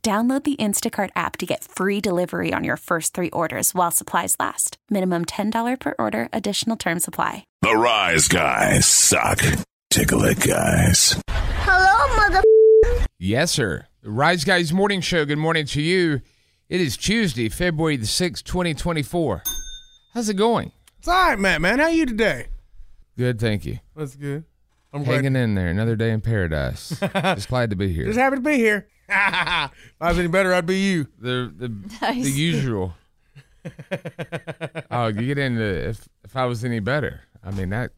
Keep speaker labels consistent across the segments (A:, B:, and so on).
A: Download the Instacart app to get free delivery on your first three orders while supplies last. Minimum $10 per order, additional term supply.
B: The Rise Guys suck. Tickle it, guys.
C: Hello, mother.
D: Yes, sir. The Rise Guys Morning Show. Good morning to you. It is Tuesday, February the 6th, 2024. How's it going?
E: It's all right, Matt, man. How you today?
D: Good, thank you.
E: That's good. I'm
D: Hanging in there. Another day in paradise. Just glad to be here.
E: Just happy to be here. if I was any better, I'd be you.
D: the the, the usual. oh, you get into if if I was any better. I mean that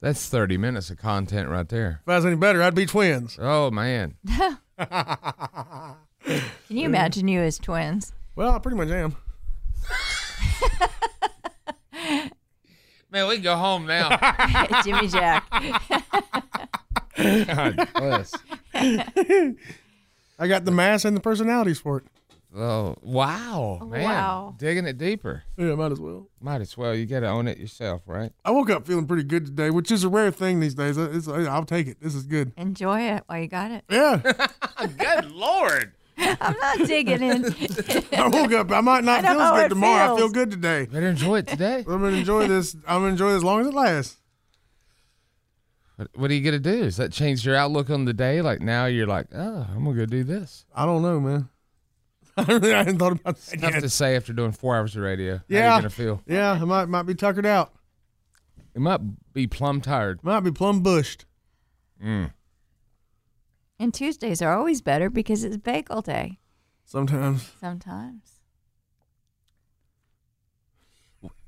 D: that's thirty minutes of content right there.
E: If I was any better, I'd be twins.
D: Oh man,
F: Can you imagine you as twins?
E: Well, I pretty much am.
D: man, we can go home now.
F: Jimmy Jack.
D: God bless.
E: I got the mass and the personalities for it.
D: Oh wow, man,
F: Wow.
D: digging it deeper.
E: Yeah, might as well.
D: Might as well. You got to own it yourself, right?
E: I woke up feeling pretty good today, which is a rare thing these days. Uh, It's, I'll take it. This is good.
F: Enjoy it while you got it.
E: Yeah,
D: Good lord,
F: I'm not digging in.
E: I woke up. I might not
F: I
E: feel
F: don't know
E: as
F: how
E: good
F: it
E: tomorrow. I
F: feels.
E: feel good today.
D: better enjoy it today.
E: I'm gonna enjoy this. I'm gonna enjoy it as long as it lasts.
D: what, what are you gonna do? Does that change your outlook on the day? Like now you're like, oh, I'm gonna go do this.
E: I don't know, man. I really I hadn't thought about that.
D: Tough
E: yet.
D: to say after doing four hours of radio. how
E: Yeah.
D: you gonna feel?
E: Yeah, I might might be tuckered out.
D: You might be plumb tired.
E: Might be plumb bushed. Mm.
F: and Tuesdays are always better because it's bagel day
E: Sometimes.
F: sometimes.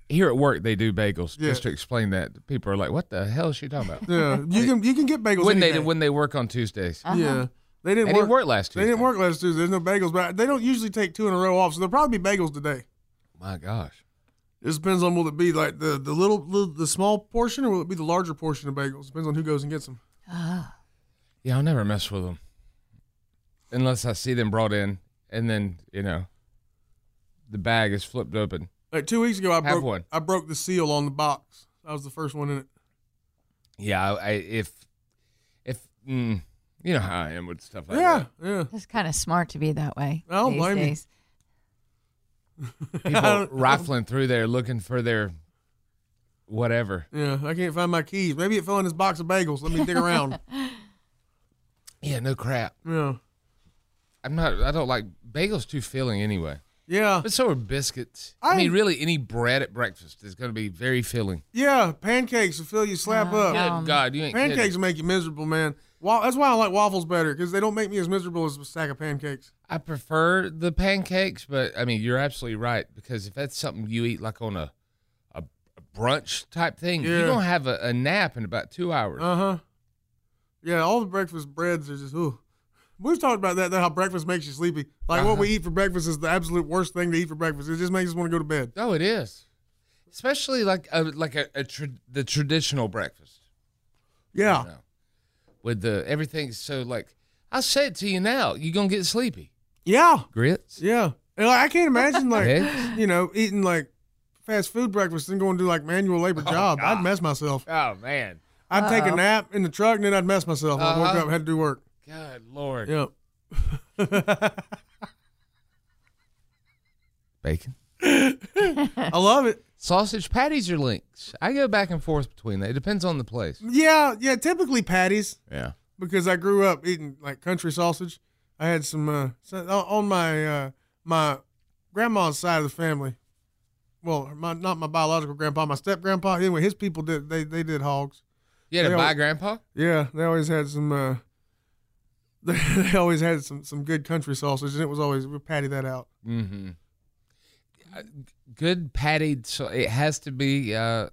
D: Here at work, they do bagels.
E: Yeah.
D: Just to explain that, people are like, "What the hell is she talking about?"
E: Yeah, you can you can get bagels. Uh.
D: when they
E: any day.
D: when they work on Tuesdays,
E: Yeah. They
D: they
E: didn't,
D: didn't
E: work.
D: work last
E: They
D: Tuesday.
E: didn't work last Tuesday. There's no bagels, but they don't usually take two in a row off, so there'll probably be bagels today.
D: My gosh,
E: It just depends on will it be like the the little, little the small portion or will it be the larger portion of bagels? Depends on who goes and gets them.
F: Ah,
D: yeah, I'll never mess with them unless I see them brought in, and then you know, the bag is flipped open.
E: Like two weeks ago, I broke
D: one.
E: I broke the seal on the box. I was the first one in it.
D: Yeah, I, I if if mm, you know how I am with stuff like
E: yeah, yeah.
F: It's kind of smart to be that way.
E: I don't
F: these
E: blame you.
F: days.
D: that, people rifling through there looking for their whatever.
E: Yeah, I can't find my keys. Maybe it fell in this box of bagels. Let me dig around.
D: Yeah, no crap.
E: Yeah,
D: I'm not. I don't like bagels. Too filling anyway.
E: yeah,
D: But so are biscuits. I,
E: I-
D: mean, really, any bread at breakfast is going to be very filling.
E: yeah. Pancakes will fill you slap
F: Oh,
E: up.
D: Good
F: Um,
D: God, you ain't
E: Pancakes
D: kidding.
E: will make you miserable, man. Wa- That's why I like waffles better because they don't make me as miserable as a stack of pancakes.
D: I prefer the pancakes, but I mean, you're absolutely right because if that's something you eat like on a a, a brunch type thing,
E: Yeah.
D: you're gonna have a, a nap in about two hours.
E: Uh huh. Yeah, all the breakfast breads are just ooh. We've talked about that, that how breakfast makes you sleepy. Like what we eat for breakfast is the absolute worst thing to eat for breakfast. It just makes us want to go to bed.
D: oh, it is, especially like a, like a, a tra- the traditional breakfast.
E: Yeah.
D: know, with the everything's so like I said to you now, you're gonna get sleepy.
E: Yeah.
D: Grits?
E: Yeah. And, like, I can't imagine like
D: Eggs?
E: you know eating like fast food breakfast and going to do like manual labor job. I'd mess myself.
D: Oh man.
E: I'd take a nap in the truck and then I'd mess myself. I woke
D: Uh-huh.
E: up had to do work.
D: Good lord.
E: Yeah.
D: Bacon.
E: I love it.
D: Sausage patties or links? I go back and forth between that. It depends on the place.
E: Yeah, yeah. Typically patties
D: Yeah.
E: because I grew up eating like country sausage. I had some uh, so- on my uh, my grandma's side of the family. Well, my, not my biological grandpa, my step grandpa. Anyway, his people did they they did hogs.
D: You had
E: Yeah.
D: a buy grandpa?
E: Yeah, they always had some. Uh, they, they always had some some good country sausage, and it was always we patty that out.
D: Mm-hmm. Good patty. So it has to be. Uh,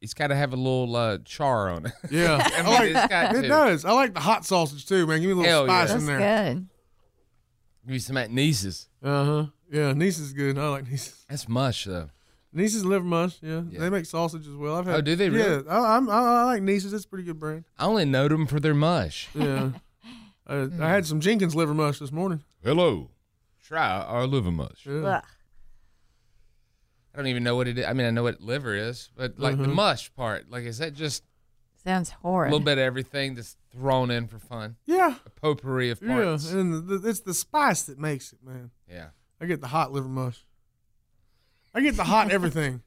D: it's got to have a little uh, char on it.
E: Yeah,
D: I
E: I
D: mean,
E: like,
D: it's got
E: Oh, it
D: to.
E: does. I like the hot sausage too, man. Give me a little
D: Hell yeah.
E: spice
F: That's
E: in there.
F: good.
D: Use some at Niece's.
E: Uh huh. Yeah, Nice is good. I like Nice.
D: That's mush though.
E: Nice is liver mush. Yeah.
D: Yeah.
E: they make sausage as well. I've
D: Oh,
E: had.
D: do they
E: Yeah,
D: really?
E: I, I'm, I, I like Nice's. It's a pretty good brand.
D: I only know them for their mush.
E: Yeah. I, I
D: Hmm.
E: had some Jenkins liver mush this morning.
D: Hello. Try our liver mush.
E: Yeah.
D: I don't even know what it is. I mean, I know what liver is, but like the mush part, like, is that just
F: Sounds
D: a
F: horrid.
D: little bit of everything that's thrown in for fun?
E: Yeah.
D: A potpourri of
E: Yeah.
D: parts. Yeah.
E: And the, it's the spice that makes it, man. I get the hot liver mush. I get the hot everything.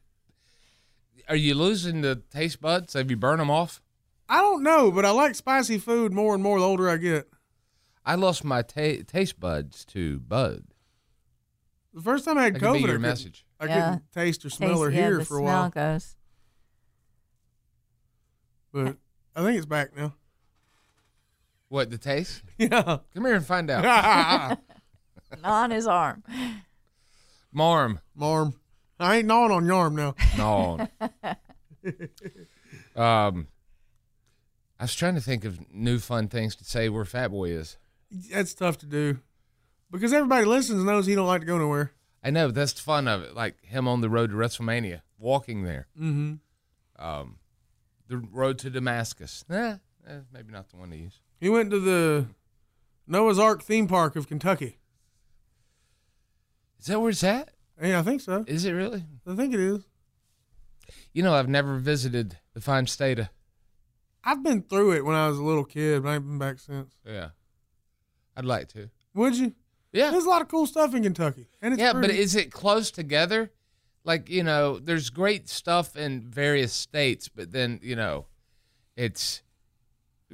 D: Are you losing the taste buds? Have you burned them off?
E: I don't know, but I like spicy food more and more the older I get.
D: I lost my ta- taste buds to bud.
E: The first time I had
D: That
E: COVID,
D: could be
E: I
D: your
E: couldn't-
D: message.
E: I
F: Yeah.
E: couldn't taste or
F: Taste-
E: smell or
F: yeah,
E: hear
F: the
E: for a
F: smell
E: while,
F: goes.
E: but I think it's back now.
D: What, the taste?
E: Yeah.
D: Come here and find out.
E: Marm.
F: on his arm.
D: Marm.
E: I ain't gnawing on yarm now.
D: No. um, I was trying to think of new fun things to say where Fat Boy is.
E: That's tough to do because everybody listens and knows he don't like to go nowhere.
D: I know that's the fun of it, like him on the road to WrestleMania, walking there.
E: Mm-hmm.
D: Um, the road to Damascus. Nah, eh, maybe not the one to use.
E: He went to the Noah's Ark theme park of Kentucky.
D: Is that where it's at?
E: Yeah, I think so.
D: Is it really?
E: I think it is.
D: You know, I've never visited the fine state of.
E: I've been through it when I was a little kid, but I ain't been back since.
D: Yeah, I'd like to.
E: Would you?
D: Yeah,
E: There's a lot of cool stuff in Kentucky, and it's
D: yeah, but
E: pretty.
D: is it close together? Like you know, there's great stuff in various states, but then you know, it's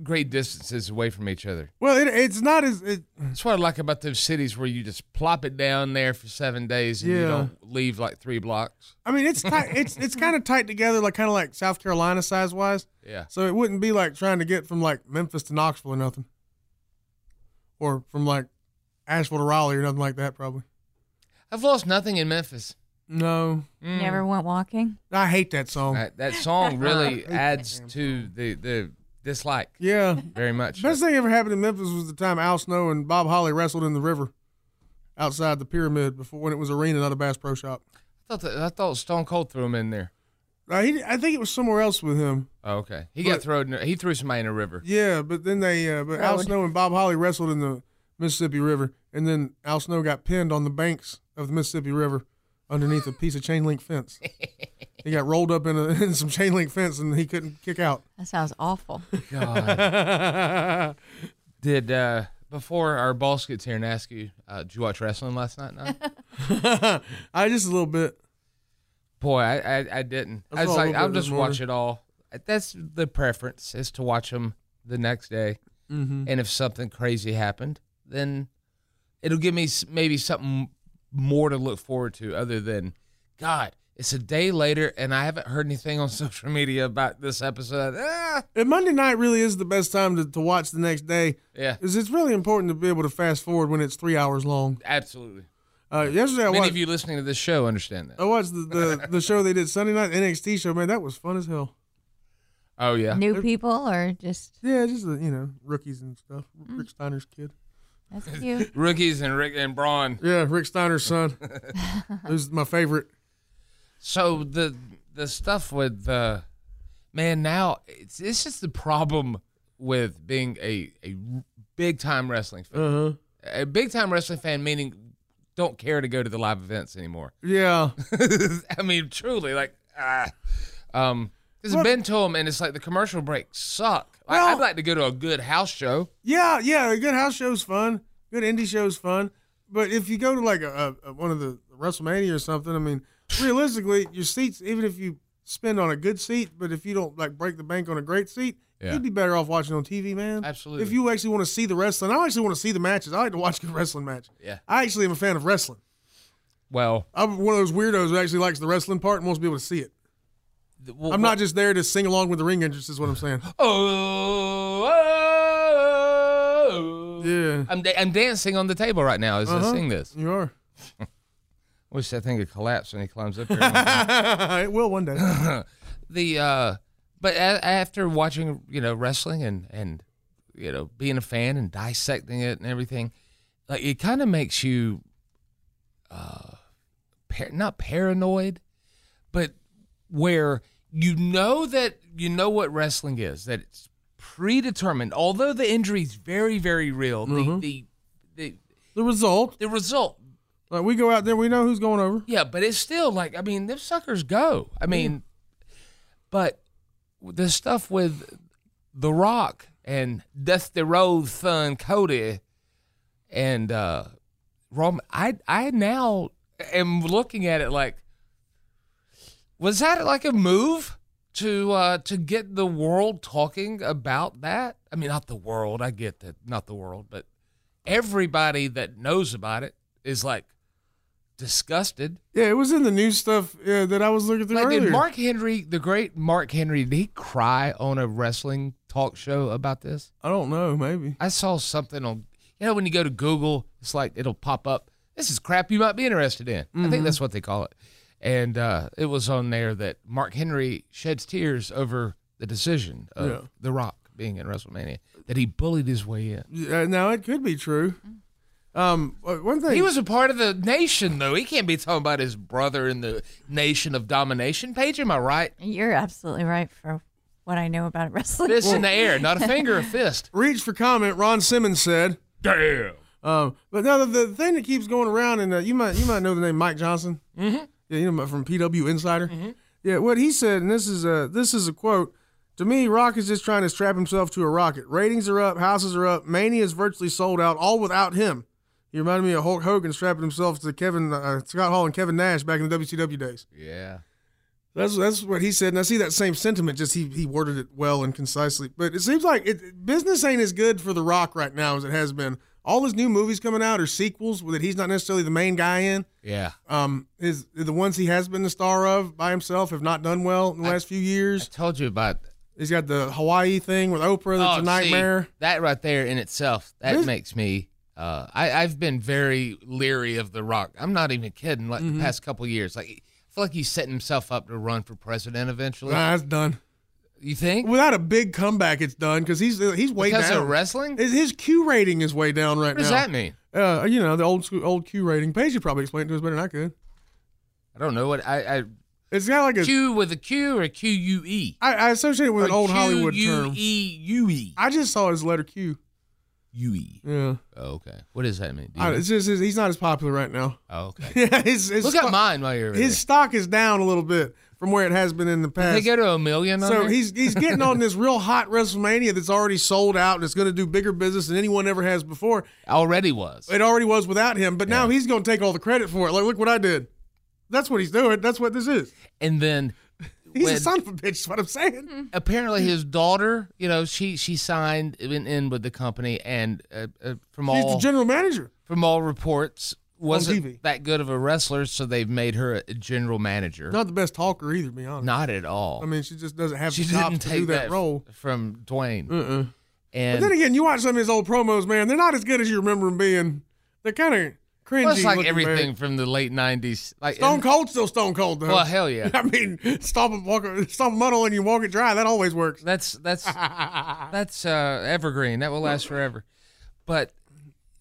D: great distances away from each other.
E: well, it, it's not as it,
D: That's what I like about those cities where you just plop it down there for seven days and you
E: Yeah.
D: don't leave like three blocks.
E: I mean, it's tight. it's it's kind of tight together, like kind of like South Carolina size wise.
D: Yeah,
E: So it wouldn't be like trying to get from like Memphis to Knoxville or nothing, or from like Asheville to Raleigh or nothing like that. Probably.
D: I've lost nothing in Memphis.
E: No,
D: Mm.
F: Never went walking.
E: I hate that song.
D: That, that song really adds to the the dislike
E: Yeah.
D: very much.
E: Best thing ever happened in Memphis was the time Al Snow and Bob Holly wrestled in the river outside the pyramid before when it was arena, not a Bass Pro Shop.
D: I thought that, I thought Stone Cold threw him in there.
E: Uh, he, I think it was somewhere else with him.
D: Oh, okay, he
E: But-
D: got thrown. in- He threw somebody in a river.
E: Yeah, but then they, uh, but Al
F: Road.
E: Snow and Bob Holly wrestled in the Mississippi River, and then Al Snow got pinned on the banks of the Mississippi River underneath a piece of chain link fence. He got rolled up in, a, in some chain link fence, and he couldn't kick out.
F: That sounds awful.
D: God. Did uh before our boss gets here and asks you, uh, did you watch wrestling last night? No.
E: I just a little bit.
D: Boy, I I, I didn't.
E: I
D: I was
E: saw a
D: like,
E: little
D: I'll
E: bit this
D: just watch
E: morning.
D: it all. That's the preference is to watch them the next day,
E: Mm-hmm.
D: and if something crazy happened, then it'll give me s- maybe something more to look forward to other than God. It's a day later, and I haven't heard anything on social media about this episode. Ah!
E: And Monday night really is the best time to, to watch the next day.
D: Yeah,
E: Is it's really important to be able to fast forward when it's three hours long.
D: absolutely.
E: Uh, yesterday I
D: Many
E: watched,
D: of you listening to this show understand
E: I
D: that.
E: watched the, the, the show they did Sunday night the NXT show. Man, that was fun as hell.
D: Oh yeah.
F: New people or just
E: Yeah, just uh, you know rookies and stuff. Rick Steiner's kid.
F: that's cute.
D: rookies and Rick and Braun.
E: Yeah, Rick Steiner's son. Who's my favorite?
D: So the the stuff with uh, man now it's this is the problem with being a a big time wrestling fan.
E: Uh huh.
D: a big time wrestling fan, meaning don't care to go to the live events anymore.
E: Yeah.
D: I mean, truly, like, ah. um, because I've
E: Well-
D: been to them, and it's like the commercial breaks suck. Like,
E: Well-
D: I'd like to go to a good house show.
E: Yeah, yeah, a good house show's fun. Good indie show's fun. But if you go to like a, a, a- one of the WrestleMania or something, I mean, realistically, your seats, even if you spend on a good seat, but if you don't like break the bank on a great seat,
D: Yeah.
E: you'd be better off watching on TV, man.
D: Absolutely.
E: If you actually want to see the wrestling, I actually want to see the matches. I like to watch good wrestling matches.
D: Yeah.
E: I actually am a fan of wrestling.
D: Well,
E: I'm one of those weirdos who actually likes the wrestling part and wants to be able to see it.
D: th- well,
E: I'm not just there to sing along with the ring entrance, is what I'm saying.
D: Oh, oh, oh.
E: Yeah.
D: I'm da- I'm dancing on the table right now as I
E: Uh-huh.
D: sing this.
E: You are.
D: Wish that thing could collapse when he climbs up here.
E: it will one day.
D: the uh but a- after watching you know wrestling and and you know being a fan and dissecting it and everything like it kind of makes you uh par- not paranoid but where you know that you know what wrestling is that it's predetermined although the injury is very very real the, the
E: The result
D: the the result
E: Like we go out there, we know who's going over.
D: Yeah, but it's still like I mean, them suckers go. I mean, but the stuff with The Rock and Dusty Rhodes' son Cody and uh Roman, I I now am looking at it like, was that like a move to uh to get the world talking about that? I mean, not the world. I get that, not the world, but everybody that knows about it is like disgusted.
E: Yeah, it was in the new stuff yeah, that I was looking through
D: Like,
E: earlier.
D: did Mark Henry, the great Mark Henry, did he cry on a wrestling talk show about this?
E: I don't know, maybe.
D: I saw something on, you know, when you go to Google, it's like it'll pop up. This is crap you might be interested in. I
E: Mm-hmm.
D: think that's what they call it. And uh, it was on there that Mark Henry sheds tears over the decision of
E: Yeah.
D: The Rock being in WrestleMania, that he bullied his way in.
E: Yeah, now it could be true. Um, uh, one thing
D: Mm. He was a part of the nation, though. He can't be talking about his brother in the nation of domination. Paige, am I right?
F: You're absolutely right for what I know about wrestling.
D: Fist in the air, not a finger, a fist.
E: reach for comment. Ron Simmons said,
D: Damn.
E: um, but no, the, the thing that keeps going around, and uh, you might you might know the name Mike Johnson. Mm-hmm. Yeah, you know from PW Insider. Yeah, what he said, and this is a this is a quote. To me, Rock is just trying to strap himself to a rocket. Ratings are up, houses are up, Mania is virtually sold out, all without him. He reminded me of Hulk Hogan strapping himself to Kevin uh, Scott Hall and Kevin Nash back in the WCW days.
D: Yeah.
E: That's that's what he said, and I see that same sentiment. Just he he worded it well and concisely. But it seems like it, business ain't as good for The Rock right now as it has been. All his new movies coming out are sequels that he's not necessarily the main guy in.
D: Yeah.
E: Um, his the ones he has been the star of by himself have not done well in the last few
D: I
E: years.
D: told you about
E: He's got the Hawaii thing with Oprah. That's a
D: Oh, see,
E: nightmare.
D: that right there in itself, that
E: This-
D: makes me. Uh, I, I've been very leery of The Rock. I'm not even kidding. Like
E: Mm-hmm.
D: the past couple years, like I feel like he's setting himself up to run for president eventually.
E: Nah, it's done.
D: you think?
E: Without a big comeback, it's done because he's he's way
D: Because
E: down.
D: of wrestling?
E: His- His Q rating is way down right
D: what does
E: now.
D: that mean?
E: Uh, you know the old school old Q rating. Paige could probably explain it to us better than I could.
D: I don't know what I,
E: It's got like
D: I
E: a.
D: Q with a Q or Q U E
E: I, I associate it with an
D: Or
E: old Hollywood
D: Q U
E: term.
D: E U E
E: I just saw his letter Q.
D: U E.
E: Yeah,
D: Oh, Okay, what does that mean? Do you
E: I,
D: know?
E: Uh, it's just his, he's not as popular right now.
D: oh, okay.
E: Yeah, his, his
D: Look
E: stock,
D: at mine while you're over
E: his stock is down a little bit from where it has been in the
D: there. Did They
E: past.
D: go to a million. on
E: So
D: there?
E: he's he's getting on this real hot WrestleMania that's already sold out and it's going to do bigger business than anyone ever has before.
D: already was.
E: It already was without him, but now
D: Yeah.
E: he's going to take all the credit for it. Like, look what I did. That's what he's doing. That's what this is.
D: and then
E: He's
D: when- Mm-hmm.
E: a son of a bitch. Is what I'm saying.
D: apparently his daughter, you know, she she signed went in with the company, and uh, uh, from
E: He's
D: all
E: the general manager.
D: from all reports,
E: TV.
D: wasn't that good of a wrestler, so they've made her a general manager.
E: Not the best talker either. To be honest.
D: Not at all.
E: I mean, she just doesn't have
D: she
E: the chops
D: didn't
E: to
D: take
E: do that,
D: f-
E: role.
D: from Dwayne.
E: Uh-uh. But
D: And
E: then again, you watch some of his old promos, man. They're not as good as you remember them being. They're kind of cringy.
D: well, it's like
E: looking, man.
D: everything from the late '90s. Like
E: Stone
D: and-
E: Cold still Stone Cold though.
D: Well, hell yeah.
E: I mean, stomp and walk, stomp muddle, and you walk it dry. That always works.
D: That's that's that's uh, evergreen. That will last forever. But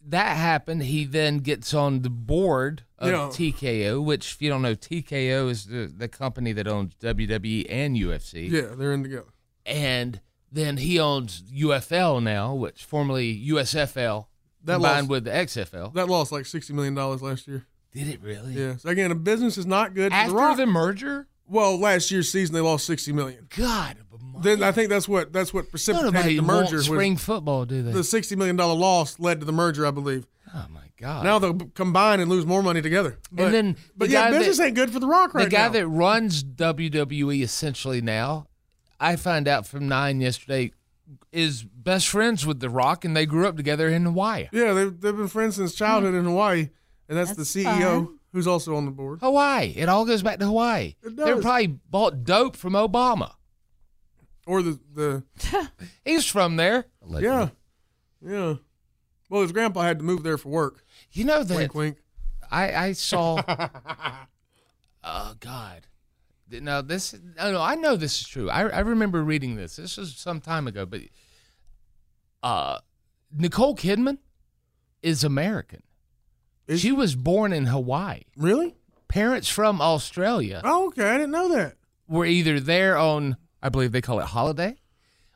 D: that happened. He then gets on the board of
E: Yeah.
D: TKO, which if you don't know, TKO is the, the company that owns WWE and UFC.
E: Yeah, they're in together.
D: And then he owns UFL now, which formerly USFL.
E: That
D: combined
E: loss,
D: with the XFL.
E: that lost like sixty million dollars last year.
D: Did it really?
E: Yeah. So again, the business is not good. for
D: After
E: the Rock.
D: the merger?
E: well, last year's season they lost sixty million.
D: God, but my-
E: Then I think that's what that's what
D: nobody
E: precipitated the
D: wants
E: merger. was
D: spring football, do they?
E: the sixty million dollar loss led to the merger, I believe.
D: oh my God!
E: Now they'll b- combine and lose more money together. But,
D: then the
E: but yeah,
D: guy that-
E: business ain't good for the Rock
D: the
E: right
D: guy
E: now.
D: that runs WWE essentially now, I find out from Nine yesterday, is best friends with The Rock, and they grew up together in Hawaii.
E: yeah, they've, they've been friends since childhood
D: Hmm.
E: in Hawaii, and that's,
F: That's
E: the CEO
F: fun.
E: who's also on the board.
D: Hawaii. It all goes back to Hawaii.
E: It
D: They
E: does.
D: probably bought dope from Obama.
E: Or the the
D: He's from there.
E: yeah, yeah. Well, his grandpa had to move there for work.
D: You know that
E: Wink, wink.
D: I, I saw. oh God! Th- Now this, no, no, I know this is true. I, I remember reading this. This was some time ago, but uh, Nicole Kidman is American.
E: Is-
D: she was born in Hawaii.
E: Really?
D: Parents from Australia
E: Oh, okay. I didn't know that.
D: were either there on, I believe they call it holiday,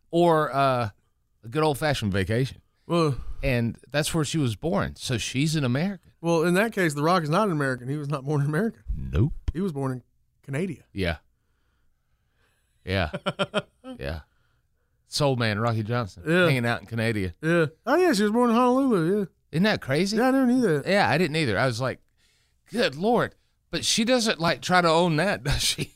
D: or uh, a good old fashioned vacation,
E: Well,
D: and that's where she was born. So she's an American.
E: well, in that case, The Rock is not an American. He was not born in America.
D: Nope.
E: He was born in Canada.
D: Yeah. Yeah. yeah. Soul Man, Rocky Johnson,
E: Yeah.
D: hanging out in Canada.
E: Yeah. Oh yeah, she was born in Honolulu. Yeah.
D: Isn't that crazy?
E: Yeah, I never knew that.
D: Yeah, I didn't either. I was like, good Lord. But she doesn't like try to own that, does she?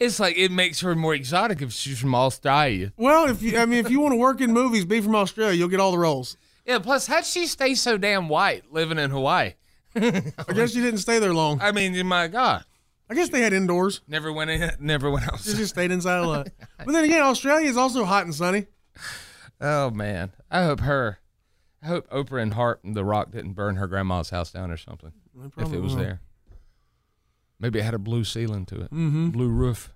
D: it's like it makes her more exotic if she's from Australia.
E: Well, if you, I mean, if you want to work in movies, be from Australia, you'll get all the roles.
D: Yeah, plus, how'd she stay so damn white living in Hawaii?
E: I guess you didn't stay there long.
D: I mean, my God.
E: I guess they had indoors.
D: Never went in, never went
E: She
D: outside.
E: just stayed inside a lot. But then again, Australia is also hot and sunny.
D: Oh, man. I hope her, I hope Oprah and Hart and The Rock didn't burn her grandma's house down or something. if it was there. Maybe it had a blue ceiling to it,
E: Mm-hmm.
D: blue roof.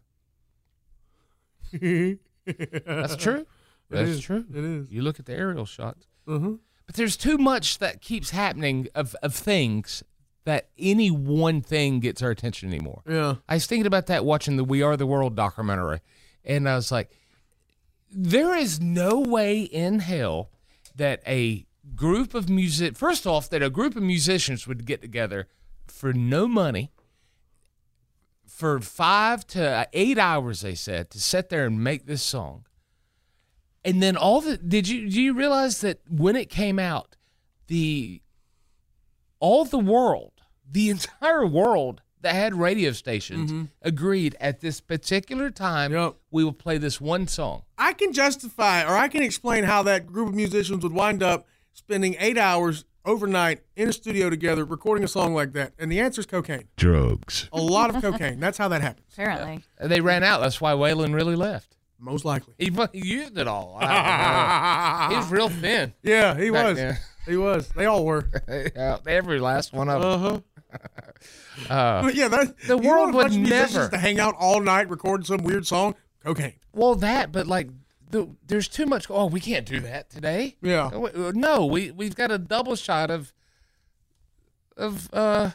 D: That's true. That's
E: is.
D: true.
E: It is.
D: You look at the aerial shots,
E: Mm-hmm.
D: but there's too much that keeps happening of of things that any one thing gets our attention anymore.
E: Yeah.
D: I was thinking about that watching the We Are the World documentary, and I was like, there is no way in hell that a group of music first off that a group of musicians would get together for no money for five to eight hours they said to sit there and make this song and then all the did you do you realize that when it came out the all the world, the entire world that had radio stations agreed at this particular time
E: Yep.
D: we will play this one song.
E: I can justify or I can explain how that group of musicians would wind up spending eight hours overnight in a studio together recording a song like that. And the answer is cocaine.
B: drugs,
E: A lot of cocaine. That's how that happens.
F: Apparently.
D: And they ran out. That's why Waylon really left.
E: Most likely.
D: He, bu- he used it all. I don't know. he was real thin.
E: Yeah, he
D: Back
E: was.
D: then.
E: He was. They all were.
D: Yeah, Every last one of them.
E: Uh huh. but yeah, that,
D: The
E: you want
D: world
E: a
D: would
E: bunch of musicians
D: never-
E: to hang out all night recording some weird song. Cocaine.
D: Well, that, but like, the, there's too much. Oh, we can't do that today.
E: Yeah.
D: Oh, wait, uh, No, we we've got a double shot of of uh,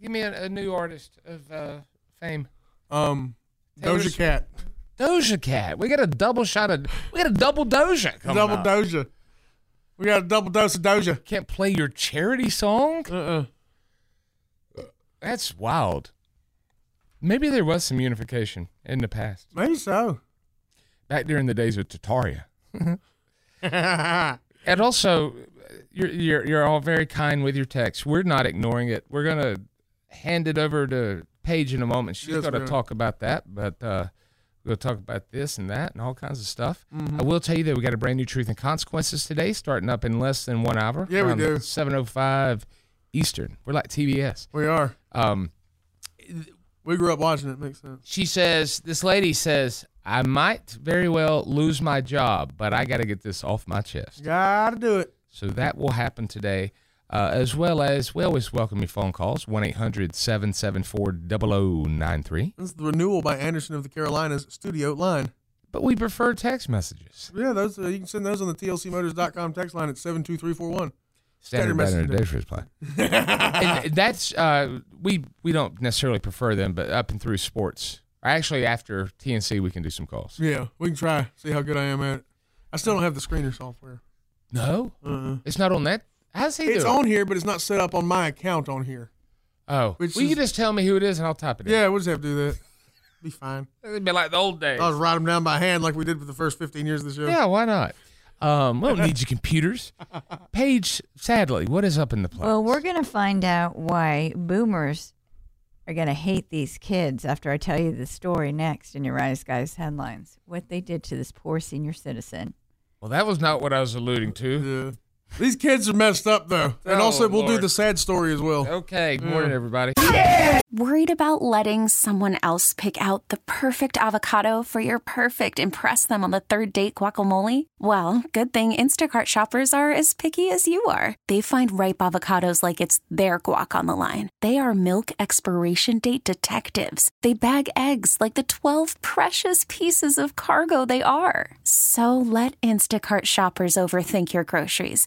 D: give me a, a new artist of uh, fame.
E: Um,
D: Taylor
E: Doja
D: Swift.
E: Cat.
D: Doja Cat. We got a double shot of. We got a double Doja. Coming
E: Double
D: up.
E: Doja. We got a double dose of Doja.
D: Can't play your charity song.
E: Uh uh
D: That's wild. Maybe there was some unification in the past,
E: Maybe so.
D: back during the days of Tataria.
E: yeah.
D: And also, you're you're you're all very kind with your text. We're not ignoring it. We're gonna hand it over to Paige in a moment. She's
E: Yes,
D: gonna
E: ma'am.
D: talk about that, but uh, we'll talk about this and that and all kinds of stuff.
E: Mm-hmm.
D: I will tell you that we got a brand new truth and consequences today, starting up in less than one hour.
E: Yeah, we do.
D: Seven oh five Eastern. We're like TBS.
E: We are.
D: Um,
E: We grew up watching it. Makes sense.
D: she says this lady says I might very well lose my job, but I got to get this off my chest.
E: Gotta do it.
D: So that will happen today, uh, as well as we always welcome your phone calls 1 800 774 0093.
E: This is the renewal by Anderson of the Carolinas Studio Line.
D: But we prefer text messages.
E: Yeah, those uh, you can send those on the tlcmotors.com text line at 72341.
D: Standard
E: Standard
D: better than
E: message.
D: today's reply. and that's, uh, we, we don't necessarily prefer them, but up and through sports. Or actually, after TNC, we can do some calls.
E: Yeah, we can try. See how good I am at it. I still don't have the screener software.
D: No,
E: Uh-uh.
D: it's not on that How's he
E: It's
D: doing?
E: on here, but it's not set up on my account on here.
D: oh,
E: which
D: well, you
E: is-
D: just tell me who it is and I'll type it in.
E: Yeah, we'll just have to do that. Be fine.
D: It'd be like the old days.
E: I'll just write them down by hand like we did for the first 15 years of the show.
D: Yeah, why not? Um, we don't need your computers. Paige, sadly, what is up in the plans?
F: Well, we're going to find out why boomers are going to hate these kids after I tell you the story next in your Rise Guys headlines. What they did to this poor senior citizen.
D: Well, that was not what I was alluding to.
E: Yeah. These kids are messed up, though. And
D: Oh,
E: also, we'll do
D: Lord.
E: the sad story as well.
D: Okay, good morning, everybody.
A: Worried about letting someone else pick out the perfect avocado for your perfect impress them on the third date guacamole? Well, good thing Instacart shoppers are as picky as you are. They find ripe avocados like it's their guac on the line. They are milk expiration date detectives. They bag eggs like the 12 precious pieces of cargo they are. So let Instacart shoppers overthink your groceries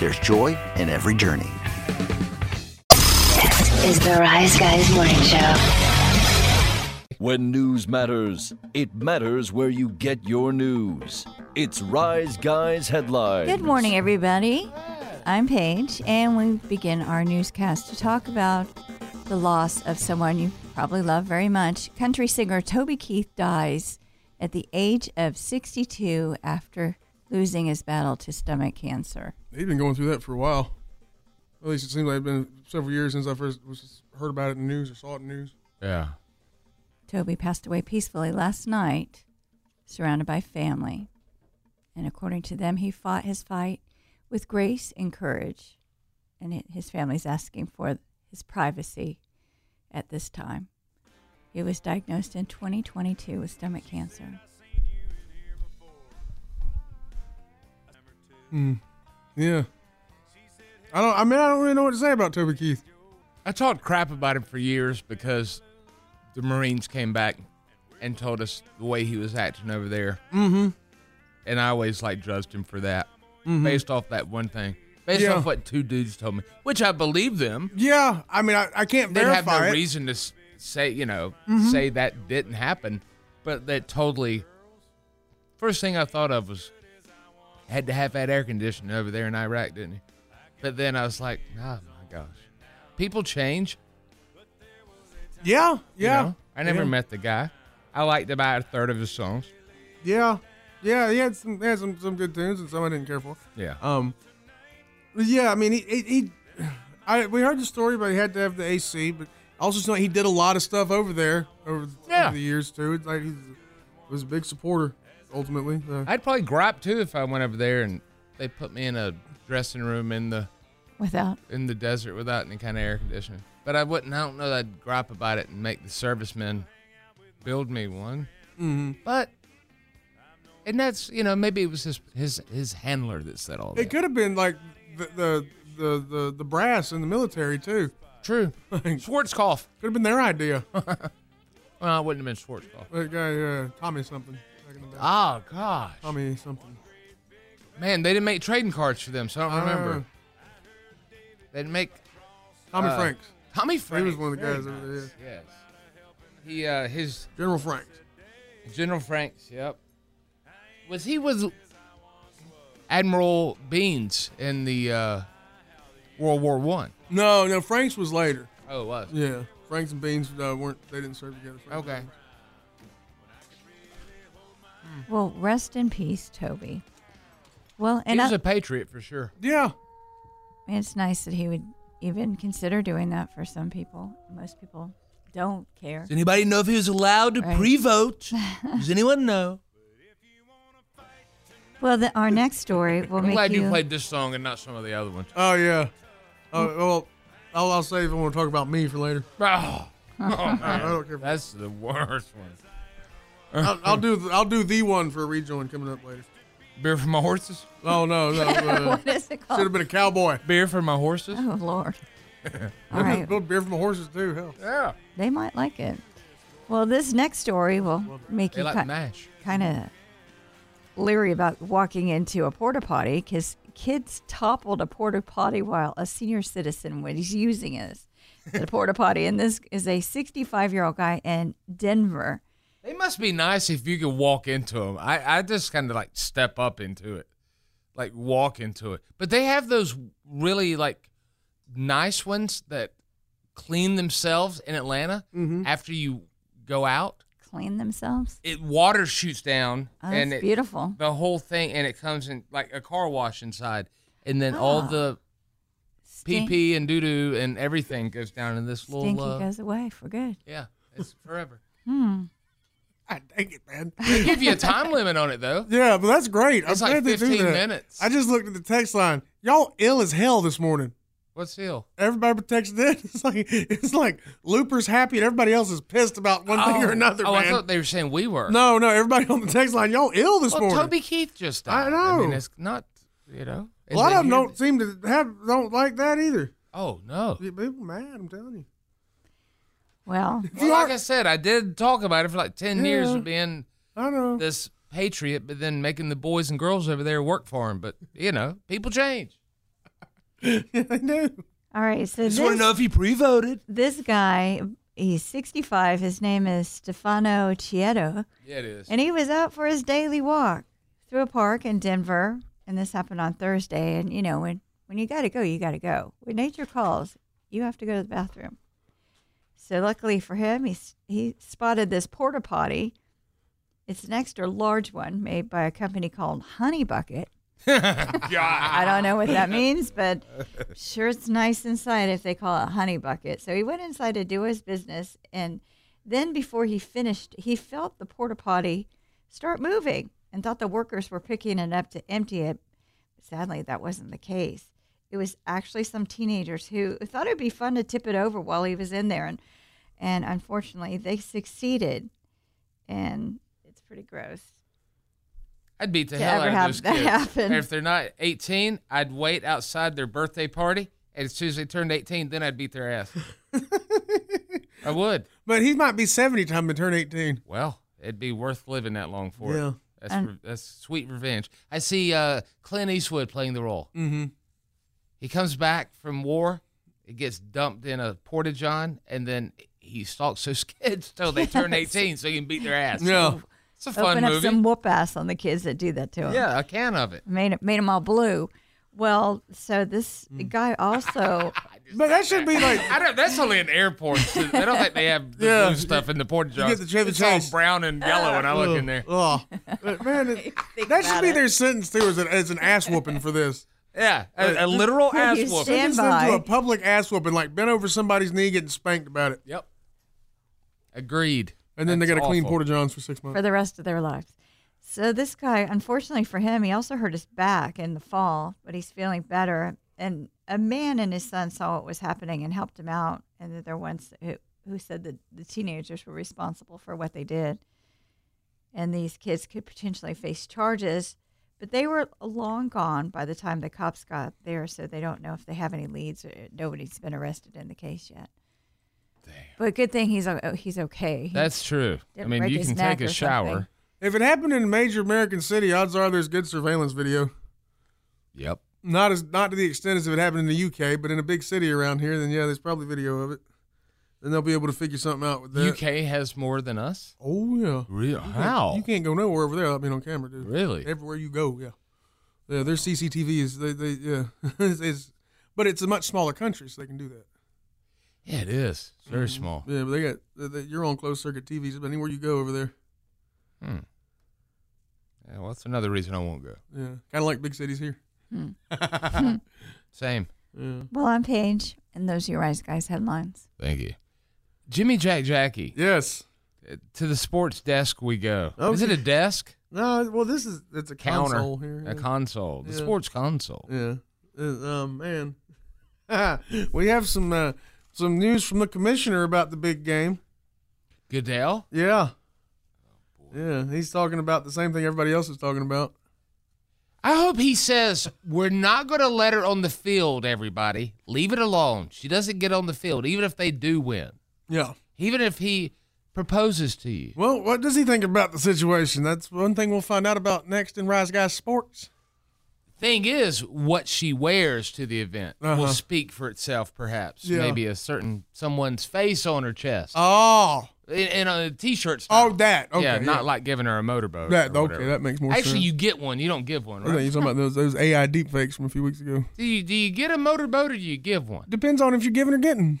G: there's joy in every journey.
H: is the Rise Guys Morning Show.
I: When news matters, it matters where you get your news. It's Rise Guys Headlines.
F: Good morning, everybody. I'm Paige, and we begin our newscast to talk about the loss of someone you probably love very much. Country singer Toby Keith dies at the age of 62 after losing his battle to stomach cancer.
E: He's been going through that for a while. At least it seems like it's been several years since I first was heard about it in the news or saw it in the news.
D: Yeah.
F: Toby passed away peacefully last night, surrounded by family. And according to them, he fought his fight with grace and courage. And it, his family's asking for his privacy at this time. He was diagnosed in 2022 with stomach cancer.
D: Hmm.
E: Yeah. I don't. I mean, I don't really know what to say about Toby Keith.
D: I talked crap about him for years because the Marines came back and told us the way he was acting over there.
E: Mm-hmm.
D: And I always like judged him for that based off that one thing. Based
E: Yeah.
D: off what two dudes told me, which I believe them.
E: Yeah. I mean, I, I can't
D: They have
E: verify
D: no
E: it. Mm-hmm.
D: reason to s- say, you know, say that didn't happen, but that totally. First thing I thought of was had to have that air conditioning over there in Iraq, didn't he? But then I was like, oh my gosh, people change.
E: Yeah.
D: you
E: Yeah.
D: know? I never
E: yeah.
D: met the guy. I liked about a third of his songs.
E: Yeah. Yeah. He had some. He had some, some good tunes and some I didn't care for.
D: Yeah.
E: Um, but yeah, I mean, he, he, he I we heard the story, but he had to have the AC. But also, it's not- he did a lot of stuff over there over, the-
D: Yeah.
E: over the years too. It's like he was a big supporter ultimately. So.
D: I'd probably gripe too if I went over there and they put me in a dressing room in the
F: Without
D: in the desert without any kind of air conditioning. But I wouldn't. I don't know that I'd gripe about it and make the servicemen build me one. Mm-hmm. But and that's you know maybe it was his his his handler that said all that.
E: it could have been like the the, the the the brass in the military too.
D: True.
E: Could
D: Schwarzkopf.
E: have been their idea.
D: Well, it wouldn't have been Schwarzkopf.
E: that guy uh, Tommy something. back in the day.
D: Oh gosh,
E: Tommy something.
D: man, they didn't make trading cards for them, so I don't remember.
E: Uh,
D: they didn't make
E: Tommy
D: Uh,
E: Franks.
D: Tommy Franks.
E: was one of the
D: Very
E: guys over there,
D: nice, Yes. He uh his
E: General Franks.
D: General Franks, yep. Was he was Admiral Beans in the uh World War One?
E: No, no, Franks was later.
D: Oh it was.
E: Yeah, Franks and Beans uh, weren't. They didn't serve together. Franks
D: Okay.
E: and Beans.
F: Mm-hmm. well, rest in peace, Toby. Well,
D: He
F: and
D: was
F: I-
D: a patriot for sure.
E: Yeah.
F: it's nice that he would even consider doing that for some people. Most people don't care.
D: Does anybody know if he was allowed to
F: Right.
D: pre-vote? Does anyone know?
F: Well, the, our next story will
D: I'm
F: make
D: glad
F: you.
D: you played this song and not some of the other ones.
E: Oh yeah. Oh well, I'll, I'll save. I want to talk about me for later.
D: Oh, oh, man.
E: don't care.
D: That's the worst one.
E: I'll, I'll do. The, I'll do the one for a rejoin coming up later.
D: Beer for my horses.
E: Oh no, no. Uh,
F: what is it
E: Should have
F: called?
E: been a cowboy.
D: Beer for my horses.
F: Oh Lord! All right,
E: Build beer from the horses too. Hell.
D: Yeah,
F: they might like it. Well, this next story will make
D: they
F: you
D: like
F: kind,
D: mash.
F: kind of leery about walking into a porta potty because kids toppled a porta potty while a senior citizen was using it as the porta potty. And this is a 65 year old guy in Denver.
D: They must be nice if you can walk into them. I, I just kind of like step up into it, like walk into it. But they have those really like nice ones that clean themselves in Atlanta
F: Mm-hmm.
D: after you go out.
F: Clean themselves.
D: It water shoots down
F: Oh,
D: and
F: that's
D: it,
F: beautiful.
D: the whole thing, and it comes in like a car wash inside, and then all
F: Ah.
D: the pee
F: Stink-
D: pee and doo doo and everything goes down in this little.
F: Stinky
D: uh,
F: goes away for good.
D: Yeah, it's forever.
F: Hmm.
E: God dang it, man.
D: They give you a time limit on it though.
E: Yeah, but that's great.
D: It's
E: I'm
D: like
E: glad they do
D: 15
E: that.
D: minutes.
E: I just looked at the text line. Y'all ill as hell this morning.
D: What's the deal?
E: Everybody texted it. It's like it's like Looper's happy and everybody else is pissed about one thing or another,
D: Oh,
E: man.
D: I thought they were saying we were.
E: no, no, everybody on the text line, y'all ill this
D: well,
E: morning.
D: Toby Keith just
E: I
D: died. mean,
E: know.
D: it's not, you know.
E: a lot of
D: And
E: them
D: they hear
E: don't seem to have don't like that either.
D: the- Oh no.
E: Yeah, People mad, I'm telling you.
F: Well,
E: If
D: Well,
E: you
D: like
E: are-
D: I said, I did talk about it for like ten years
E: Yeah.
D: of being
E: I know.
D: this patriot, but then making the boys and girls over there work for him. But you know, people change.
E: yeah, I know.
F: all right. So
D: Just want to
F: this-
D: know if he pre-voted.
F: this guy, he's 65. His name is Stefano Chieto,
D: Yeah, it is.
F: and he was out for his daily walk through a park in Denver. And this happened on Thursday. And you know, when when you got to go, you got to go. When nature calls, you have to go to the bathroom. So luckily for him, he s- he spotted this porta potty. It's an extra large one made by a company called Honey Bucket. I don't know what that means, but sure it's nice inside if they call it honey bucket. So he went inside to do his business and then before he finished, he felt the porta potty start moving and thought the workers were picking it up to empty it. Sadly, that wasn't the case. It was actually some teenagers who thought it'd be fun to tip it over while he was in there and and unfortunately, they succeeded. And it's pretty gross.
D: I'd beat the
F: to
D: hell out
F: ever
D: of
F: have
D: those
F: that
D: kids.
F: happen.
D: If they're not 18, I'd wait outside their birthday party, and as soon as they turned 18, then I'd beat their ass. I would.
E: But he might be seventy time to turn eighteen.
D: Well, it'd be worth living that long for.
E: Yeah.
D: It. That's
F: And-
D: re- that's sweet revenge. I see uh, Clint Eastwood playing the role.
E: Mm-hmm.
D: He comes back from war, it gets dumped in a porta john, and then he stalks those kids till they turn
F: Yes.
D: 18, so he can beat their ass.
E: Yeah.
D: it's a fun
F: Open up
D: movie.
F: some whoop ass on the kids that do that to him.
D: yeah, a can of it.
F: made it made them all blue. Well, so this guy also
E: But that should be like
D: I don't. That's only in airports. They don't think they have the
E: Yeah.
D: blue stuff in the porta johns.
E: get the Chevy
D: it's all
E: Chase.
D: brown and yellow when I look in there.
E: Oh, But, man, it-
F: Think
E: that should
F: about
E: be
F: it.
E: their sentence too. Is an, is an ass whooping for this?
D: Yeah, a, a literal ass
F: You
D: whooping.
F: said-
E: Send
F: Standby.
E: them to a public ass whooping, like bent over somebody's knee, getting spanked about it,
D: Yep. Agreed.
E: and then they
D: That's
E: got to clean
D: awful.
E: porta johns for six
F: for
E: months.
F: the rest of their lives. So this guy, unfortunately for him, he also hurt his back in the fall, but he's feeling better. And a man and his son saw what was happening and helped him out. And they're the ones who, who said that the teenagers were responsible for what they did. And these kids could potentially face charges, but they were long gone by the time the cops got there. So they don't know if they have any leads. Or nobody's been arrested in the case yet. But good thing he's o- he's okay. He-
D: That's true. I
F: Didn't
D: mean,
F: break
D: you
F: his
D: can take
F: neck
D: a
F: or
D: shower.
F: something.
E: If it happened in a major American city, odds are there's good surveillance video.
D: Yep.
E: Not as not to the extent as if it happened in the UK, but in a big city around here, then yeah, there's probably video of it. Then they'll be able to figure something out with that.
D: UK has more than us.
E: Oh yeah.
D: Really?
E: You can't- You can't go nowhere over there without being on camera, dude.
D: Really?
E: Everywhere you go, yeah. Yeah, their CCTV is they, they yeah. it's, it's- but it's a much smaller country, so they can do that.
D: Yeah, it is. It's
E: Mm-hmm.
D: very small.
E: Yeah, but they got they, they, you're on closed circuit TVs, but anywhere you go over there,
D: Hmm. Yeah, well, that's another reason I won't go.
E: yeah, kind of like big cities here.
D: Same.
E: Yeah.
F: Well, on page And those are your Rise Guys headlines.
D: Thank you. Jimmy Jack Jackie. uh,
E: Yes.
D: To the sports desk we go.
E: Oh,
D: Is it a desk?
E: No, well, this is it's a
D: Counter.
E: console here. yeah.
D: A console. The
E: Yeah.
D: sports console.
E: Yeah. Uh, um, man. we have some uh, some news from the commissioner about the big game.
D: Goodell?
E: Yeah. Yeah, he's talking about the same thing everybody else is talking about.
D: I hope he says, We're not going to let her on the field, everybody. Leave it alone. She doesn't get on the field, even if they do win.
E: Yeah.
D: Even if he proposes to you.
E: Well, what does he think about the situation? That's one thing we'll find out about next in Rise Guys Sports.
D: Thing is, what she wears to the event will
E: Uh-huh.
D: speak for itself, perhaps.
E: Yeah.
D: Maybe a certain someone's face on her chest.
E: Oh,
D: in, in a t shirt
E: oh, that. Okay,
D: yeah, not like giving her a motorboat.
E: That-
D: or
E: okay,
D: whatever.
E: that makes more
D: Actually,
E: sense.
D: you get one. You don't give one,
E: I think
D: right?
E: you're talking about those those AI deepfakes from a few weeks ago.
D: Do you, do you get a motorboat or do you give one?
E: Depends on if you're giving or getting.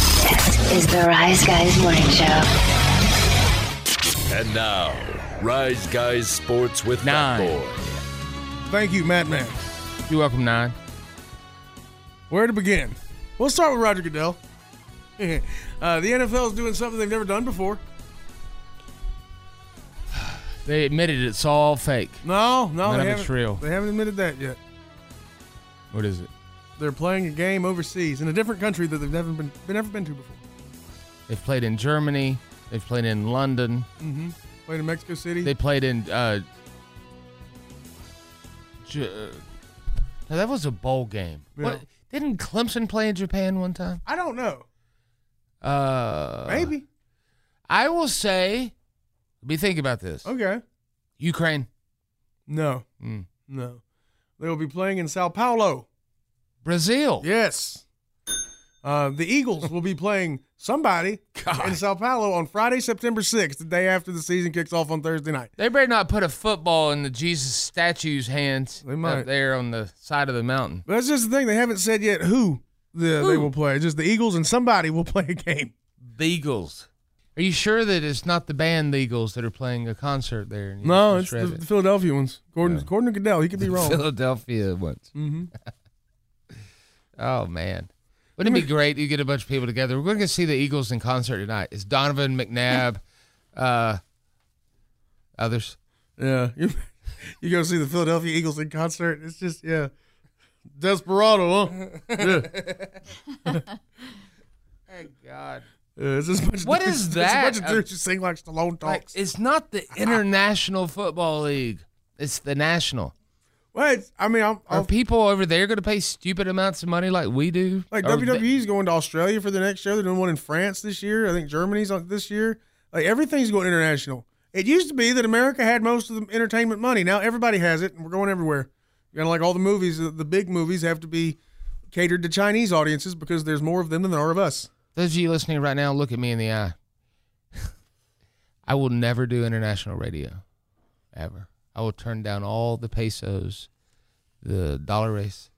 H: is the Rise Guys Morning Show.
I: And now, Rise Guys Sports with Matt
D: Nine.
I: Boy.
E: Thank you, Madman.
D: You're welcome, Nine.
E: Where to begin? We'll start with Roger Goodell. uh, the NFL is doing something they've never done before.
D: They admitted it's all fake.
E: No, no,
D: None
E: they
D: of it's
E: haven't,
D: real.
E: They haven't admitted that yet.
D: What is it?
E: They're playing a game overseas in a different country that they've never been, been never been to before.
D: They've played in Germany. They've played in London.
E: Played in Mexico City.
D: Mm-hmm. They played in. Uh, J- uh, now that was a bowl game.
E: Yeah.
D: What? Didn't Clemson play in Japan one time?
E: I don't know.
D: Uh,
E: Maybe.
D: I will say. Be thinking about this.
E: Okay.
D: Ukraine.
E: No,
D: Mm.
E: no. They will be playing in Sao Paulo.
D: Brazil.
E: Yes. Uh, the Eagles will be playing somebody in Sao Paulo on Friday, September 6th, the day after the season kicks off on Thursday night.
D: They better not put a football in the Jesus statue's hands
E: They might.
D: up there on the side of the mountain.
E: But that's just the thing. They haven't said yet who, the, they
D: Who?
E: will play. Just the Eagles and somebody will play a game.
D: Beagles. Are you sure that it's not the band Eagles that are playing a concert there? and you
E: No, it's
D: just
E: the,
D: read
E: the Philadelphia ones. Gordon,
D: Mm-hmm. Yeah.
E: Gordon Goodell. He could be
D: The
E: wrong.
D: Philadelphia ones.
E: Mhm.
D: Oh man, wouldn't it be great? You get a bunch of people together. We're going to see the Eagles in concert tonight. It's Donovan McNabb, uh, others.
E: Yeah, you, you go see the Philadelphia Eagles in concert. It's just yeah, desperado, huh? Yeah.
D: Thank God.
E: Yeah, it's just a bunch of
D: What
E: dudes-
D: is
E: it's
D: that?
E: a bunch of dudes who sing like Stallone
D: Like,
E: talks.
D: it's not the International Football League. It's the National.
E: Wait, I mean, I'm,
D: Are
E: I'm,
D: people over there going to pay stupid amounts of money like we do?
E: like E
D: Or
E: WWE's going to Australia for the next show. They're doing one in France this year. I think Germany's on this year. Like everything's going international. It used to be that America had most of the entertainment money. Now everybody has it, and we're going everywhere. You know, like all the movies, the the big movies have to be catered to Chinese audiences because there's more of them than there are of us.
D: Those of you listening right now, look at me in the eye. I will never do international radio, ever. I will turn down all the pesos the dollar race,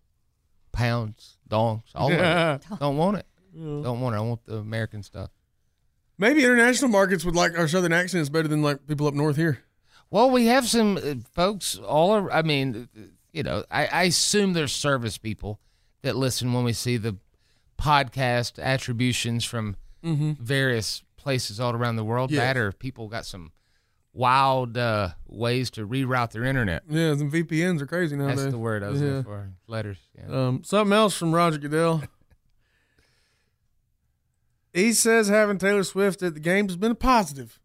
D: pounds, dongs, all of it. Don't want it.
E: Yeah.
D: Don't want it. I want the American stuff.
E: Maybe international markets would like our southern accents better than like people up north here.
D: Well, we have some uh, folks all over. I mean, uh, you know, I, I assume there's service people that listen when we see the podcast attributions from
E: Mhm.
D: various places all around the world.
E: Yes.
D: That or people got some wild uh, ways to reroute their internet.
E: Yeah, some VPNs are crazy nowadays.
D: That's the word I was
E: Yeah.
D: looking for. Letters. Yeah.
E: Um, something else from Roger Goodell. he says having Taylor Swift at the games has been a positive.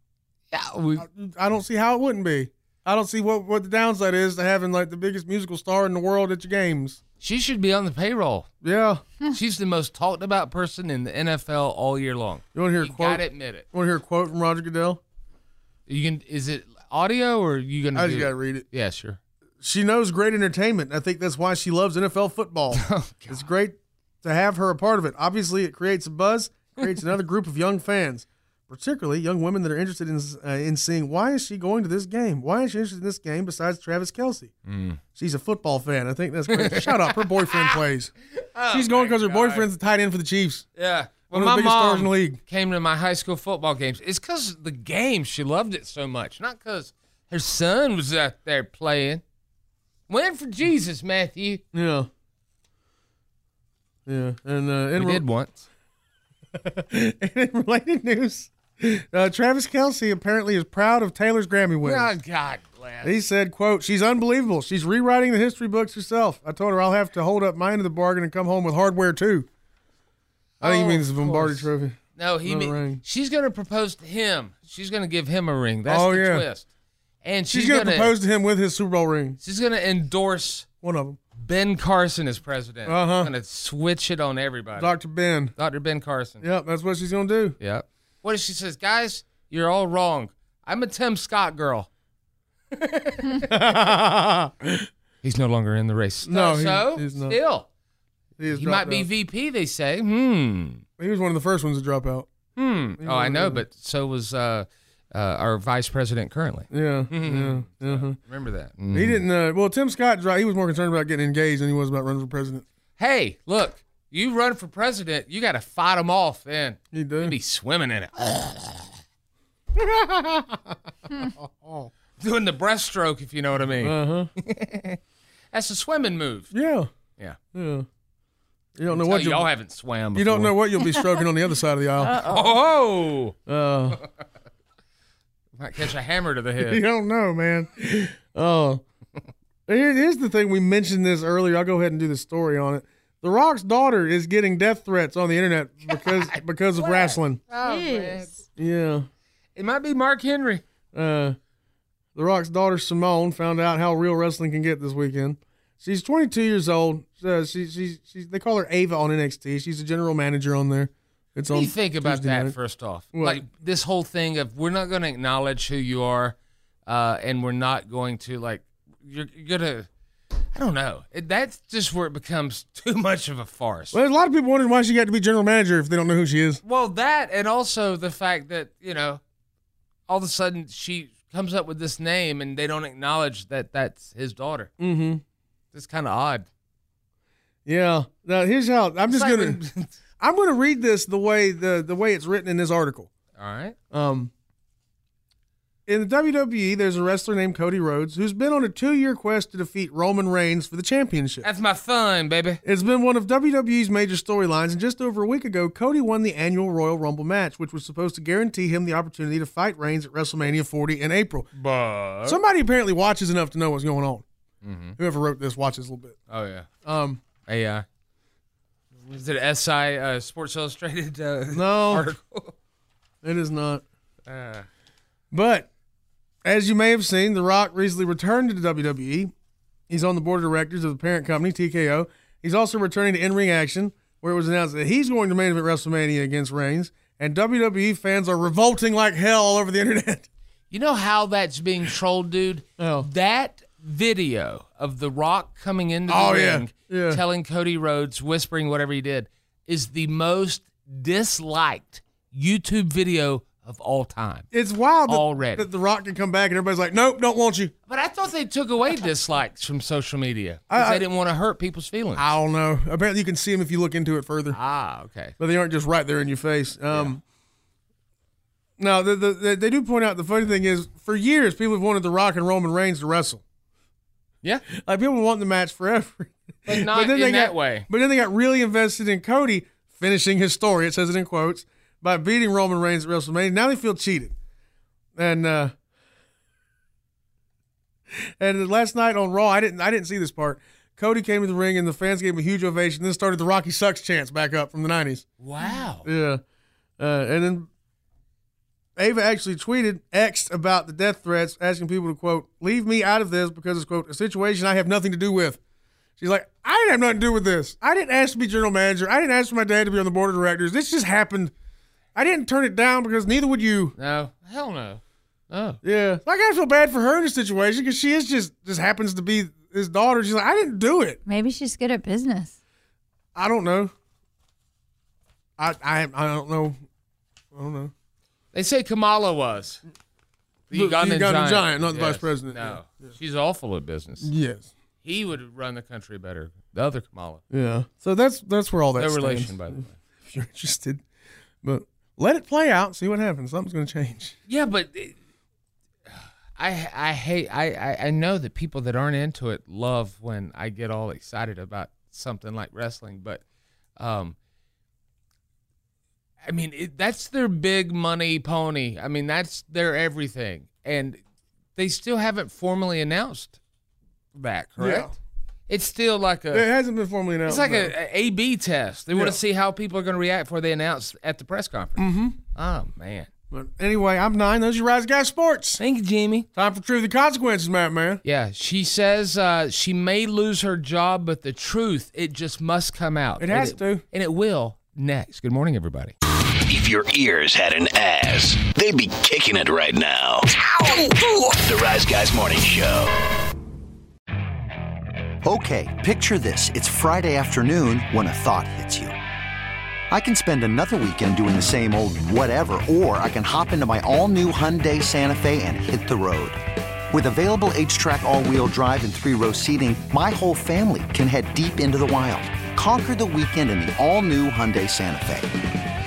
D: Yeah, we,
E: I, I don't see how it wouldn't be. I don't see what, what the downside is to having like the biggest musical star in the world at your games.
D: She should be on the payroll.
E: Yeah,
D: She's the most talked about person in the NFL all year long.
E: you want to hear a
D: You
E: quote?
D: gotta admit it.
E: Want to hear a quote from Roger Goodell?
D: You can. Is it audio or are you gonna?
E: I
D: do
E: just gotta read it.
D: Yeah, sure.
E: She knows great entertainment. I think that's why she loves NFL football.
D: Oh,
E: it's great to have her a part of it. Obviously, it creates a buzz, creates another group of young fans, particularly young women that are interested in uh, in seeing why is she going to this game? Why is she interested in this game besides Travis Kelsey?
D: Mm.
E: She's a football fan. I think that's great. Shut up. Her boyfriend plays.
D: Oh,
E: She's going because her boyfriend's the tight end for the Chiefs.
D: Yeah.
E: One
D: Well,
E: of the
D: my
E: biggest stars in
D: mom
E: the league.
D: came to my high school football games. It's because the game. She loved it so much, not because her son was out there playing. Win for Jesus, Matthew.
E: Yeah. Yeah, and uh, in re-
D: we did once.
E: And in related news, uh, Travis Kelsey apparently is proud of Taylor's Grammy win.
D: Oh, God bless.
E: He said, quote, she's unbelievable. She's rewriting the history books herself. I told her I'll have to hold up my end of the bargain and come home with hardware too. I think
D: Oh,
E: he means the
D: of
E: Lombardi
D: course.
E: trophy.
D: No, he
E: Not a
D: mean-
E: ring.
D: she's gonna propose to him. She's gonna give him a ring. That's
E: Oh,
D: the
E: yeah.
D: twist. And
E: She's,
D: she's,
E: going to propose to him with his Super Bowl ring.
D: She's gonna endorse
E: One of them.
D: Ben Carson as president.
E: Uh-huh.
D: She's gonna switch it on everybody.
E: Dr. Ben.
D: Dr. Ben Carson.
E: Yep, that's what she's going to do.
D: Yeah. What if she says, guys, you're all wrong. I'm a Tim Scott girl. He's no longer in the race.
E: No,
D: Uh,
E: he-
D: so
E: he's not.
D: still,
E: He, has
D: he might
E: dropped
D: be
E: out.
D: VP. They say, hmm,
E: He was one of the first ones to drop out.
D: hmm.
E: He
D: Oh, I
E: was
D: know,
E: one of
D: but so was uh, uh, our vice president currently.
E: the- Yeah.
D: Mm-hmm.
E: Yeah. Uh-huh.
D: Remember that.
E: He didn't. Uh, well, Tim Scott, dro- he was more concerned about getting engaged than he was about running for president.
D: Hey, look, you run for president, you got to fight them off. Then
E: He
D: you
E: did.
D: be swimming in it, doing the breaststroke, if you know what I mean.
E: Uh huh.
D: That's a swimming move.
E: Yeah.
D: Yeah.
E: Yeah. You don't know
D: Tell
E: what
D: y'all
E: you'll,
D: haven't swam.
E: you don't
D: before.
E: know what you'll be stroking on the other side of the aisle.
D: Oh,
E: Uh,
D: might catch a hammer to the
E: you
D: head.
E: don't know, man. Oh, Here- here's the thing. We mentioned this earlier. I'll go ahead and do the story on it. The Rock's daughter is getting death threats on the internet because because of wrestling.
D: Oh, man.
E: Yeah.
D: It might be Mark Henry.
E: Uh, the Rock's daughter Simone found out how real wrestling can get this weekend. She's 22 years old. Uh, she, she, she, they call her Ava on NXT. She's a general manager on there. It's
D: What
E: on
D: do you think about
E: Tuesday
D: that
E: night.
D: first off?
E: What?
D: Like this whole thing of we're not going to acknowledge who you are, uh, and we're not going to like you're, you're gonna. I don't know. It, that's just where it becomes too much of a farce.
E: Well, there's a lot of people wondering why she got to be general manager if they don't know who she is.
D: Well, that and also the fact that you know, all of a sudden she comes up with this name and they don't acknowledge that that's his daughter.
E: Mm-hmm.
D: It's kind of odd.
E: Yeah. Now here's how I'm
D: It's
E: just
D: like
E: gonna
D: when-
E: I'm gonna read this the way the the way it's written in this article.
D: all right.
E: Um, in the WWE, there's a wrestler named Cody Rhodes who's been on a two year quest to defeat Roman Reigns for the championship.
D: That's my fun, baby.
E: It's been one of WWE's major storylines, and just over a week ago, Cody won the annual Royal Rumble match, which was supposed to guarantee him the opportunity to fight Reigns at WrestleMania 40 in April.
D: But
E: Oh. Somebody apparently watches enough to know what's going on. Whoever wrote this watches a little bit.
D: oh yeah,
E: Um,
D: AI. uh, Is it SI uh, Sports Illustrated? Uh,
E: No.
D: Article?
E: it is not.
D: Uh,
E: But as you may have seen, The Rock recently returned to the WWE. He's on the board of directors of the parent company, TKO. He's also returning to in ring action, where it was announced that he's going to main event WrestleMania against Reigns. And WWE fans are revolting like hell all over the internet.
D: you know how that's being trolled, dude.
E: Oh.
D: That video of The Rock coming into the
E: Oh, yeah.
D: ring,
E: Yeah.
D: telling Cody Rhodes, whispering whatever he did, is the most disliked YouTube video of all time.
E: It's wild that,
D: Already.
E: that The Rock can come back and everybody's like, nope, don't want you.
D: But I thought they took away dislikes from social media. 'cause
E: I- I-
D: they didn't want to hurt people's feelings.
E: I don't know. Apparently, you can see them if you look into it further.
D: Ah, okay.
E: but they aren't just right there in your face. Um, Now, the, the, the, they do point out the funny thing is, for years, people have wanted The Rock and Roman Reigns to wrestle.
D: Yeah.
E: Like, people want the match forever.
D: But not in
E: they
D: that
E: got,
D: way.
E: But then they got really invested in Cody finishing his story, it says it in quotes, by beating Roman Reigns at WrestleMania. Now they feel cheated. And, uh, and last night on Raw, I didn't I didn't see this part. Cody came to the ring and the fans gave him a huge ovation. Then started the Rocky Sucks chants back up from the nineties.
D: Wow.
E: Yeah. Uh, and then Ava actually tweeted X about the death threats, asking people to, quote, leave me out of this because it's, quote, a situation I have nothing to do with. She's like, I didn't have nothing to do with this. I didn't ask to be general manager. I didn't ask for my dad to be on the board of directors. This just happened. I didn't turn it down because neither would you.
D: No. Hell no. No.
E: Yeah. Like, I feel bad for her in this situation because she is just, just happens to be his daughter. She's like, I didn't do it.
F: Maybe she's good at business.
E: I don't know. I, I, I don't know. I don't know.
D: They say Kamala was. The
E: The
D: Ugandan,
E: Ugandan
D: giant.
E: giant, not the vice president.
D: No. She's awful at business.
E: Yes.
D: He would run the country better. The other Kamala.
E: Yeah. So that's that's where all that
D: No
E: stands.
D: relation, by the way.
E: If you're interested, but let it play out. See what happens. Something's going to change.
D: Yeah, but it- I I hate I, I I know that people that aren't into it love when I get all excited about something like wrestling, but um I mean it, that's their big money pony. I mean that's their everything, and they still haven't formally announced that. Correct? It's still like a
E: It hasn't been formally announced.
D: it's like
E: no.
D: a, a B test. They
E: Yeah.
D: want
E: Mm-hmm.
D: to see how people are going to react before they announce at the press conference. Oh man.
E: But anyway, I'm nine. Those are your Rise Guy Sports.
D: Thank you, Jamie.
E: Time for Truth and Consequences, Matt, man.
D: Yeah, she says uh, she may lose her job, but the truth, it just must come out.
E: It has
D: and
E: to.
D: And it will next. Good morning, everybody.
J: If your ears had an ass, they'd be kicking it right now. The Rise Guys Morning Show.
G: Okay, picture this. It's Friday afternoon when a thought hits you. I can spend another weekend doing the same old whatever, or I can hop into my all new Hyundai Santa Fe and hit the road. With available H track, all wheel drive, and three row seating, my whole family can head deep into the wild. Conquer the weekend in the all new Hyundai Santa Fe.